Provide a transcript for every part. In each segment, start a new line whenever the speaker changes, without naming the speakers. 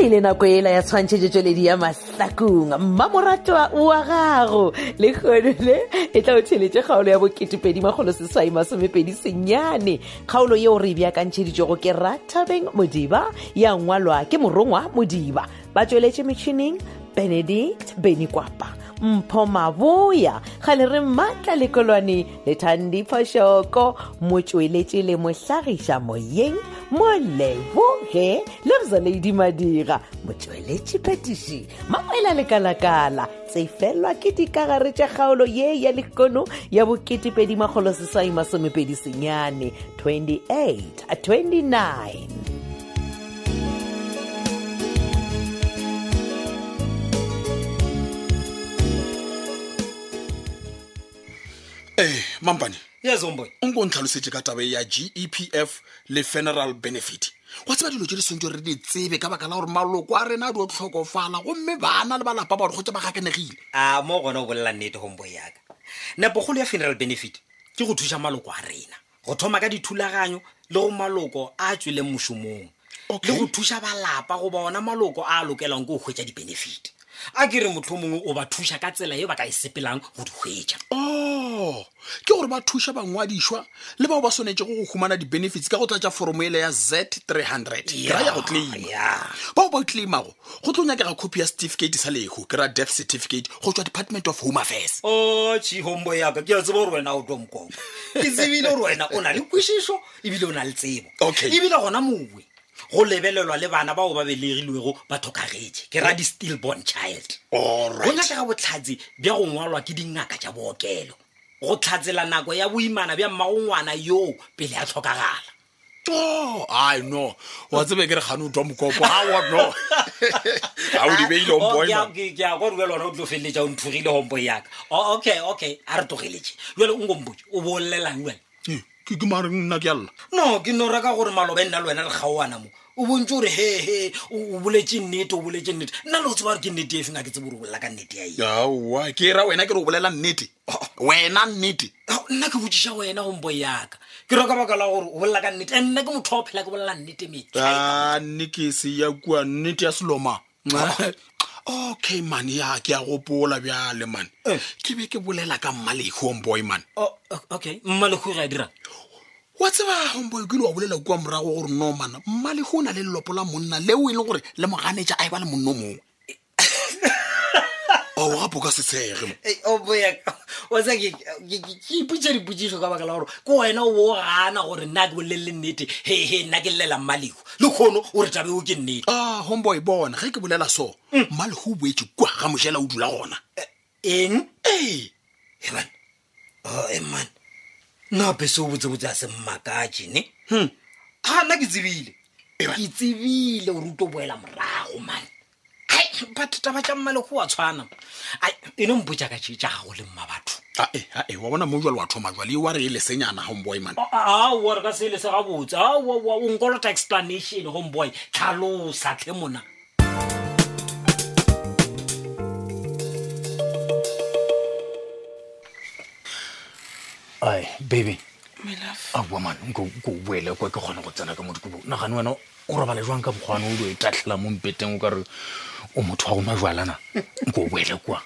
e le nako ela ya tshwantšhetšetsweledi ya mahlakong mmamoratwa wa gago le kgono le e tla o theletše kgaolo ya boketepedi magolo seswai masomepedi senyane kgaolo yeo re e beakantšheditšego ke ratabeng modiba ya ngwalwa ke morongwa modiba ba tsweletše metšhineng benedict benikwapa mpho maboya kgale re maatla lekolwane le thandi phošoko motsweletše le mohlagiša moyeng moleboge le bzaledi madira motsweletše phetiši mawela lekalakala tsefelwa ke dikagare tša kgaolo ye ya lekono ya bo2edimagolo seswai masomepedi senyane 28 29
ee mampane
yezomboy
nko ntlhalosetse ka tabe ya gepf le funeral benefit go tseba dilo tse di swantse re di tsebe ka baka la gore maloko a rena a di o tlhokofala gomme bana le balapa ba gore go tse ba gakanegile
a mo gona o bolela nnete homeboy yaka nepogolo ya funeral benefit ke go thuša maloko a rena go thoma ka dithulaganyo le go maloko a tsweleng mošomong
Okay.
le go thuša balapa goba ona maloko a a lokelang ke go hwetša di-benefit a ke re motlho mongwe o ba thuša ka tsela e ba ka e sepelang go di hwetša
o Oh, ke gore ba thuša bangwadišwa le bao ba swanetsego go humana di-benefits ka go tlatša foromo ele ya z 300 ke ra ya go claima
ya
bao ba o claimago go tlo nyakega copy ya certificate sa lehu ke ra death certificate go tswa department of home affairs
oche hombo yaka ke a tseba gore wena o tomkoko ke tsebile gore wena o na le kwešišo ebile o na le tsebo
Okay.
ebile gona mowe go lebelelwa le bana bao ba belegilwego ba tlhokagetse ke ra di-still born child go
allright
nyakega botlhatsi bja go ngwalwa ke dingaka tša bookelo go tlhatsela nako ya boimana bja mmago ngwana yoo pele a tlhokagala
o i no wa tsebe ke re gane o twa mokopo awa no a o di beilomboy
Oh, ke a- ke- ke a kwa rubele ona o tlo feleletša o nthogile hompo yaka O- Oh, okay okay a re tlogeletse jale o nkompoe o boolelelang wena
ke ke mareng nna ke alla
no ke no reka gore maloba e nna le wena le gaoana mo o bontse ore hehe o o boletse nnete o boletse nnete nna le o tseba gore ke nnete e feng a ke tse bore o bolela ka nnete ya eng
aowa ke ra wena ke re o bolela nnete wena nnete
Ao, nna ke botsiša wena gompo yaka ke reka baka la gore o bolela ka nnete and nna ke motho wa o phela ke bolela nnete metsa
a nnekese ya kua nnete ya seloma okay mane ya ke a gopola bjale mane
Eh.
ke be ke bolela ka mmaleki homeboy mane
Oh, okay mmalekgore a dirang
wa tseba homeboy ke ile wa bolela kua morago gore no mana mmaleki o na le lelopo la monna leo e leng gore le moganetša a e ba le monno mongwe Oh, ao gapo ka setshege mo
oboyaka ke iputse dipotsiso ka baka la gore ke wena o bo o gana gore nna ke bolelele nnete hehe nna ke llela mmaleko le kgono o re tabeo ke nnete
a homeboy Ah, bona ge ke bolela so mmaleki o boetse kua ga mojela o dula gona
eng
ee
eman oh, eman nape se o botsebotse a se mmakatše ne Hmm. Ah, ga nna ke tsebile
Eman.
ke tsebile o ruto boela morago mane ai but taba tša mmale go wa tshwana ai e no mpotsa ka tše tša gago le mma batho
ae ae eh, wa bona mo jwale wa thoma jwale e wa re e lesenyana homeboy man
Ah, aowa re ka sele se gabotse aowa o nkolota explanation homeboy tlhalosa tlhe mona
ai baby a woman nko o boele kwa ke kgone go tsena ka modikobong nagane wena o robale jwang ka bokgwane o dio e tatlhela mo mpeteng o kare o motho wa go majwalana nko o boele kwa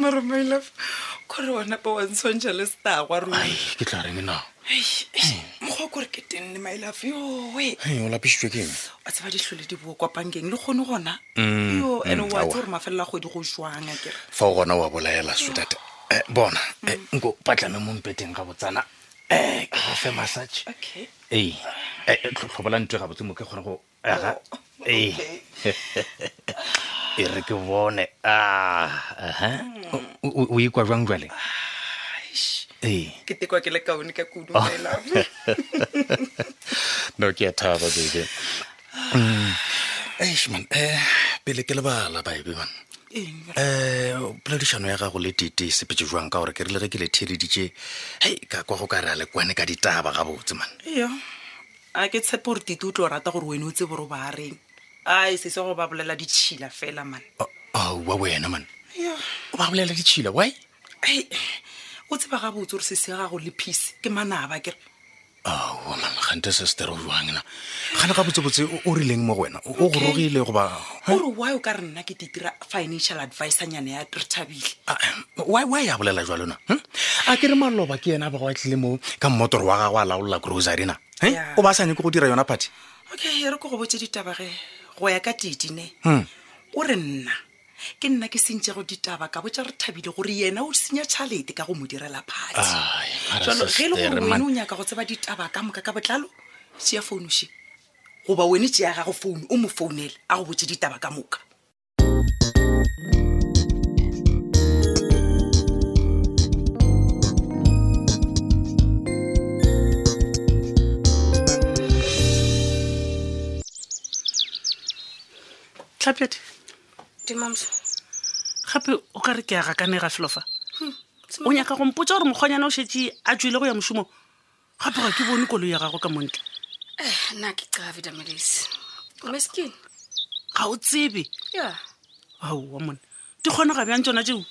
mara my love kore wona pa wantshwantšha le setagwa
ai ke tla reng na
mokgwa kore ke tenne my love yoe
Hei, o lapisitswe ke eng
wa tseba ditlhole di boa kwa bankeng le kgone gona yo and
mm,
wa
aowa.
tse gore mafelela kgwedi go jwang a kere
fa o gona wa bolaela swetate um bona eh, nko patlame mo mpeteng ga botsana um ke go fe massage
okay
ee eh, eh, tlho- tlhobola ntwe ga botse mo ke kgone go aga ee e re ke bone Ah, a o ikwa jwang jwale
Eish,
ee
ke tekwa ke le kaone ka kudu
Oh.
my love
no ke a thaba bebe Mm.
man
Eh,
um pele ke lebala baebe man
eng
um poledišano ya gago le tete sepetse jwang ka gore ke rile ge ke le theleditše hei ka kwa go ka re a lekwane ka ditaba gabotse man
yo a ke tshepe gore tite o tlo rata gore wene o tse bore o ba reng ai se se go ba bolela ditšhila fela mane
wa wena man
yo
o ba bolela ditšhila wi
ai o tseba gabotse gore sese gago le phise ke manaba kere
aoman gante sestere o jangna gane ga botsebotse o- o rileng mo go wena o o gorogile goba
ore wy o ka re nna ke titira financial advicernyana ya re thabile
Ah, em, why why ya bolela jwa lona a ke re maloba ke yena a bago a tlile mo ka mmotoro wa gagwe a laolola grocery na Eh?
Yeah.
o ba a sa nyake go dira yona party
okay re ko go botse ditabage go ya ka titine
Hmm.
o re nna ke nna ke sentšego ditaba ka botsa re thabile gore yena o senya tšhalete ka go mo direla phati
Ai, mara
jalo ge e
Ah,
le gore
sister,
wene
man.
o nyaka go tseba ditaba ka moka ka botlalo tšea founuše goba wene tšea gago founu o mo founele a go botse ditaba ka moka
tlhapete
dimamso
gape o ka re ke aga kane ga felofa o nyaka go mpotsa gore mokgwanyana o shetse a tswile go ya mošomo gape ga ke bone koloi ya gago ka montle
eh nna ke caa vidamelese meskin
ga o tsebe
ya
aowa mone di kgona ga bjang tsona tseo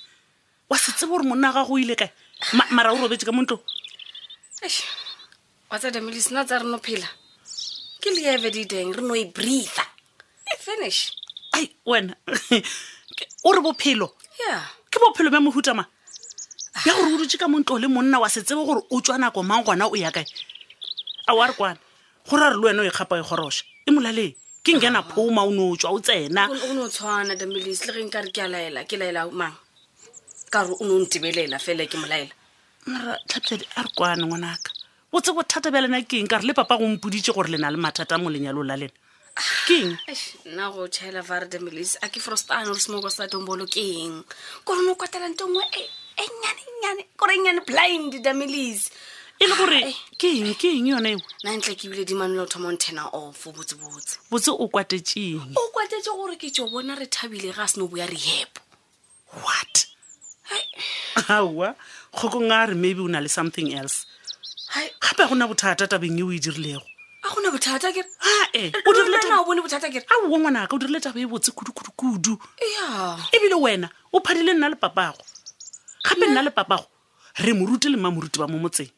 wa se tsebe gore monna ga go ile kae Ma- mara o robetse ka montlo
Eish, wa tsa damelese nna tsa re no phela ke leeve dideng re no e breatha finish
ai wena Ke- o re bophelo
ya
ke bophelo bja mohutama ya gore o dutse ka montlo o le monna wa se tsebe gore o tswa nako mang gona o ya kae a wa re kwane gore a re le wena o ekgapa e goroša e molaleng ke nkena phoma o ne o tswa o tsena
o ne o tshwana damelese le ge nka re ke a laela ke laela mang ka gore o ne o ntebelela fela ke mo laela
mara tlhapitladi a re kwane ngwanaka botse bothata bja lena ke eng ka re le papa go mpoditse gore le na le mathata mo lenyalong la lena ke eng
Eish, nna go chaela vare damelese a ke frostane gore semoko sa dombolo ke eng kore ne o kwatelang tongwe e nyanenyane kore e nyane blind damelese
e le gore ke eng ke eng yone eo
nna ntle ke bile dimane le o thoma o nthena off botsebotse
botse o kwatetseng
o kwatetse gore ke tso bona re thabile ga a seno boya rehepo
what aowa kgokong a re maybe o na le something else
hai
gape a gona bothata tabeng e o e dirilego
a gona bothata kere
ae o dirile
lena o
taba-
bone bothata kere
aowa ngwanaka o dirile taba e botse kudu-kudu-kudu
ya
ebile wena o phadile nna le papago gape nna le papago re moruti le mamoruti ba mo motseng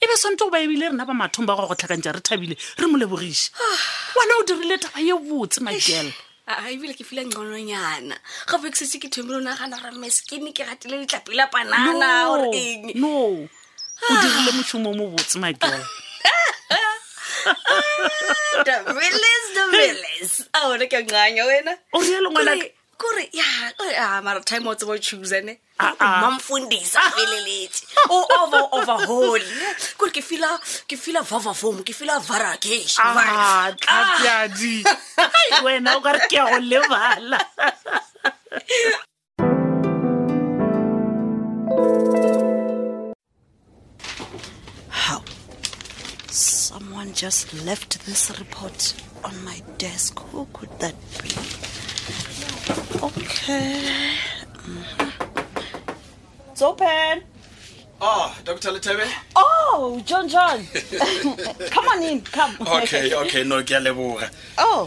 e be swante go ba ebile rena ba mathong ba go go tlhakantša re thabile re mo lebogiše wena o dirile taba ye botse makela
a ebile ke fila ngcolonyana gape ke setse ke thomile o nagana gore meskene ke ratile letlapi la panana
no
ore eng
no, o dirile mošomo o mo botse makela
dameles dameles a one ke nganya wena
o rialo ngwanaka
Kore- kore ya kore- ah, mara time o tsebo choosene
Ah, ah.
mamfundisa feleletse o over overhaul kore ke fila ke fila vavafom ke fila varakation
Ah, tlhapjadi Hai, wena o kare ke ya go lebala
How? Someone just left this report on my desk. Who could that be? Okay. It's open.
ah dr letebe
Oh, John John. come on in, come.
okay okay no ke a leboga
Oh.
Ah,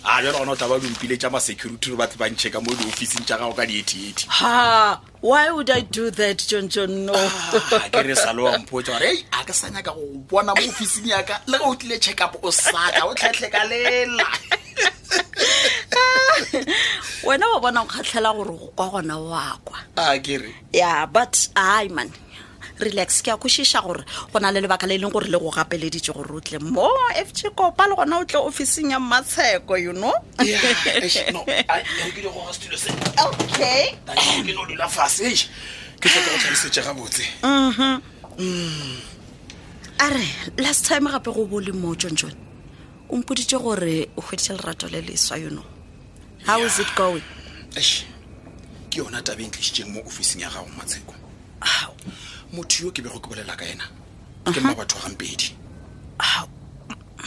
a jalo gona o taba lompile tša ma-security re batle bantšhe ka mo diofising tša gago ka dietieti
Ah. ha, why would I do that, John John? No.
Ah, ke re sale wa mpotsa gore ei a ke sa nyaka go o bona mo ofising yaka le ge o tlile checkup o saka o tlhatlhe ka lela
wena wa bona go kgatlhela gore go kwa gona wa kwa
a ke re
ya but ai man relax ke a kwešiša gore go na le lebaka le e leng gore le go gapeleditse gore o tle mo fg kopa le gona o tle officing ya mmatsheko you know
Yeah, eish, no, ai, e re ke di goga setulo se
okay
ai, ke no dula fase eish. ke tlhoka go tlhalosetse gabotse
a re last time gape go bo le mo tsontsone o mpoditse gore o hweditse lerato le leswa you know how is it going
Eish, ke yona tabeng tlisitseng mo ofising ya gago matsheko motho yo ke bego ke bolela ka ena ke mma batho wa gampedi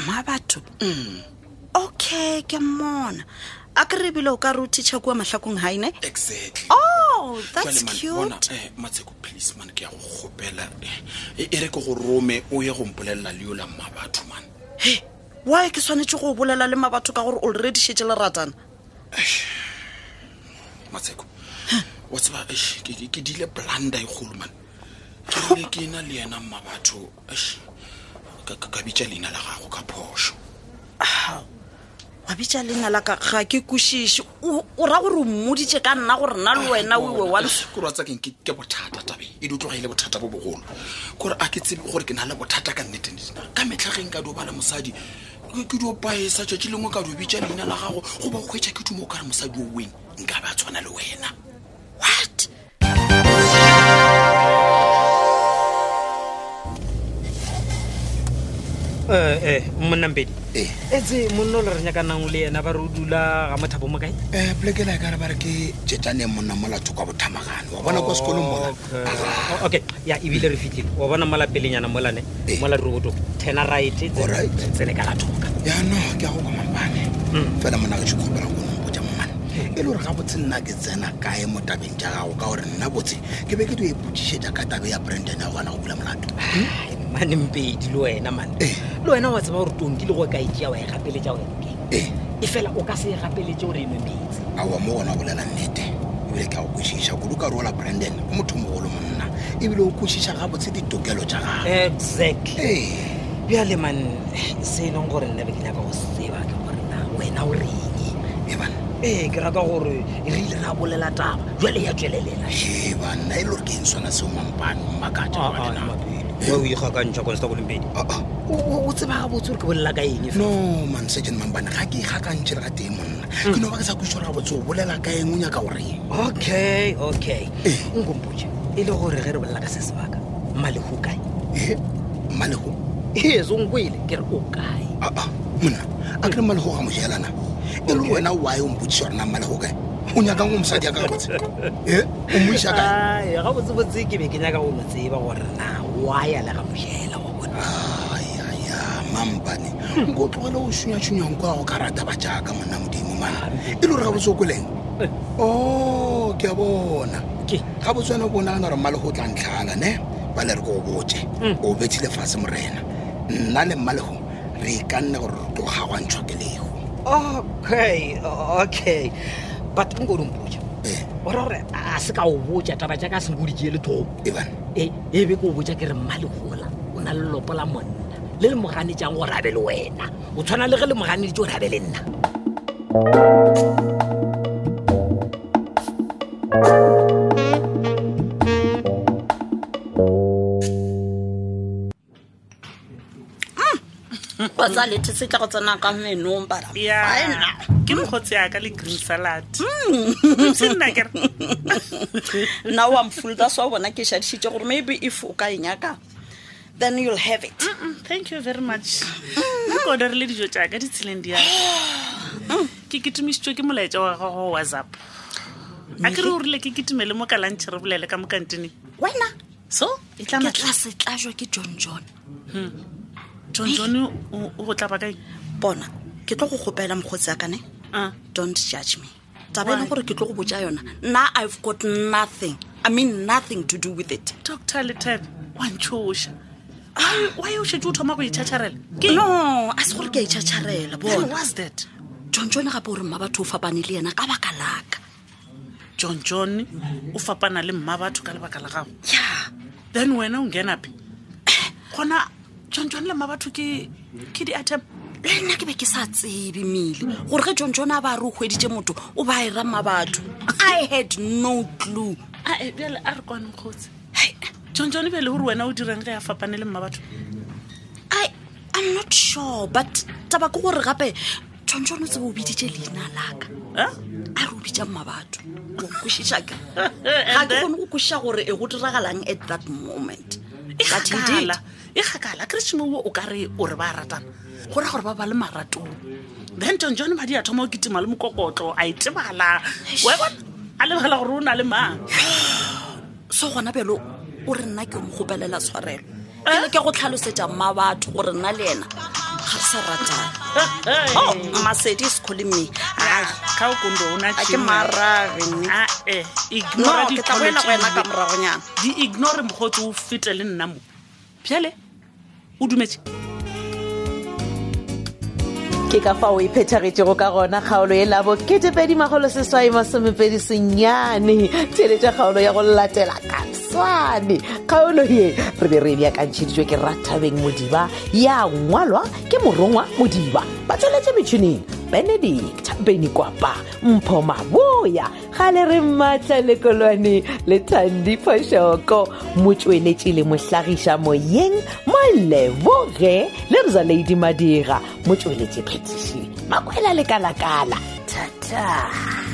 ma batho okay ke mmona a ke re ebile o ka re o thiša kua mahlakong gaine
exactly
oh that's
Jwale man, bona,
cute
eh, matsheko please man ke ya go kgopela eh, e e re ke go rome o ye go mpolelela le yo la mma batho man
why ke tshwanetse go bolela le mabatho ka gore o redišitše leratana
matsheko wa tseba eish, ke- ke ke dile blanda e kgolo man thole ke na le yena mmabatho Eish, ka- ka ka bitša leina la gago ka phošo
wa bitša leina la ka ga ke kwešiše o o ra gore o mmoditše ka nna gore nna le wena o iwe wa le-
kore wa tsakeng ke ke bothata tabe e di tlogaile bothata bo bogolo kore a ke tsebe gore ke na le bothata ka nnetennena ka metlhageng ka dio bala mosadi ke ke dio paesa tšatši lengwe ka dio bitša leina la gago goba go kgwetša ke tumo o kare mosadi o weng nka ba tshwana le wena
what
ee monnampedi
Ee.
etse monna o le re nyakanang le ena ba re o dula ga mothabo mo kae
um polekela e kare ba re ke tšetšaneng monna molato kwa bothamagane wa bona kwa sekolong mola
Okay. O- Oh, eh, okay ya ebile re fitlhile wa bona mola pelenyana molane
Ee.
mola roto tena right
Alright.
tsene ka latoka
yano ke a go kwa mampane fela mona ke tšhokopela go nompotša momane e le gore ga botse nna ke tsena kae mo tabeng tša gago ka gore nna botse ke be ke dio epotšišetša ka tabe ya branden ya gona go bula molato
mane mpedi le wena mane
Ee.
le wena wa tseba gore tonkile go ka etea wa e gapeletša wena ke
ee
e fela o ka se e gapeletse gore e nwe metsi
aowa mo gona o bolela nnete ebile ke a go kwešiša kudu ka rola branden o motho mogolo monna ebile o kwešiša gabotse ditokelo tša gago
exactly
ee
bjale man se e leng gore nna be ke nyaka go seba ke gore na wena o reng
e bana
ee Eh, ke rata gore re ile ra bolela taba jale ya tswelelela
ee banna e le gore ke eng sona seo mampane
Ah,
mmakatša
o ikgakantšha constablempedi o tseba gabotse gore ke bolela ka eng e
no mansejan mampane ga ke ikgakantšhe le ga teng monna
Mm.
ke no ba ke sa kwešiša gore gabotse o bolela ka eng o nyaka goreng
okay okay
Eh.
nkompoe e le gore ge re bolela ka se sebaka mmalego o kae
mmalego
eso nkoile ke re o kae
aa monna a kere mmalego ga mojelana e le wena wae o mpotsiša gorena mmalego kae o nyakang o mosadi ya ka gabotse e o moiša kae
Ai, gabotsebotse ke be ke nyaka go no tseba gore na waya le ga mojela wa bona
ya mampane nko o tlogele go šhunyatšhunyang kwa go ka rata ba jaaka monna modimo mana e le gore ga botse o koleng o ke a bona
Ke?
ga botse wena o bonagana gore mmalego o tla ntlhala ne ba le re ko o botse o betšhile fatshe morena nna le mmalego re e ka nne gore re tlo gagwantšhwa ke lego
okay okay but nko o mpoa
Eh.
ora gore
ah,
a se ka o botsa taba jaaka
kan
a senkodikee le thobo
ebane
Eh,
e e be ke o botsa ke re
lah.
mmalegola o na le lopo la monna le le moganetsang gore abe le wena o tshwana le ge le moganeditse gore abe le nna
botsa lete se tla go tsena ka menong bara
ya
fina
ke mokgotsi yaka le green salad
Hmm.
se nna kere
nna wa mfolda sa bona ke šadišitše gore maybe if o ka e nyaka then you'll have it
thank you very much nko oderile dijo jaaka ditshileng di aa ke ketumisitšwe ke molaetsa wa gago wa whatsapp a kere o rile ke ketumele mo kalantšhe re bolele ka mo kantineng
wena
so e tla
ke
matla
tla setlajwa ke john john
john jone o o go tlaba kae
bona ke tlo go kgopela mokgotsi akane
Ah.
don't judge me taba e le
Why?
gore ke tlo go botsa yona nna i've got nothing i mean nothing to do with it
doctor letabe wa ntshoša wa yo šetse o thoma go itšhatšharela ke
no a se gore ke a itšhatšharela
Then
bona
what's that
john john gape gore mma batho o fapane le yena ka baka laka
john john o fapana le mma batho ka lebaka la gago
ya
then wena o nkenape gona john john le mma batho ke ke di-atem
le nna ke be ke sa tsebe mmele gore ge john john a ba re o hweditse motho o ba e ramma batho i had no clue
ae bjale a re kwane kgotsi john e john bjale gore wena o dirang ge a fapane le mma batho
I, i'm not sure but taba ke gore gape john john o tsebe o biditse leina laka
Ah?
a re o bitsa mma batho o kwešiša ke
Eh,
ga ke kgone go kwešiša gore e go diragalang at that moment
e
But indeed,
gakala e gakala keretšhimowo o ka re o re ba ratana go ra gore ba ba le maratong then john john madi a thoma o kitima le mokokotlo a itebala wa bona a lebala gore o na le mang
so gona bjalo o re nna ke o mo gopelela tshwarelo ele ke go tlhalosetša mma batho gore nna le ena ga re sa ratane
Eh.
o masedi is calling me Ai,
ka o kondo o na
a ke marage nne.
ae
no
ignora
ke tla boela go wena ka moragonyana
di ignore mokgotsi o fete le nna mo bjale o dumetse
ke ka fao e phethagetšego ka gona kgaolo e labo ketepedi magolo seswai masomepedi senyane theletša kgaolo ya go latela katso swane kgaolo ye re be re e beakantšheditšwe ke rathabeng modiba ya ngwalwa ke morongwa modiba ba tsweletše metšhineng benedict benikwapa mpho maboya ga le re maatla lekolwane le thandi phošoko motsweletši le mohlagiša moyeng maleboge le rezaledi madira motsweletše phetiši makwela lekalakala thata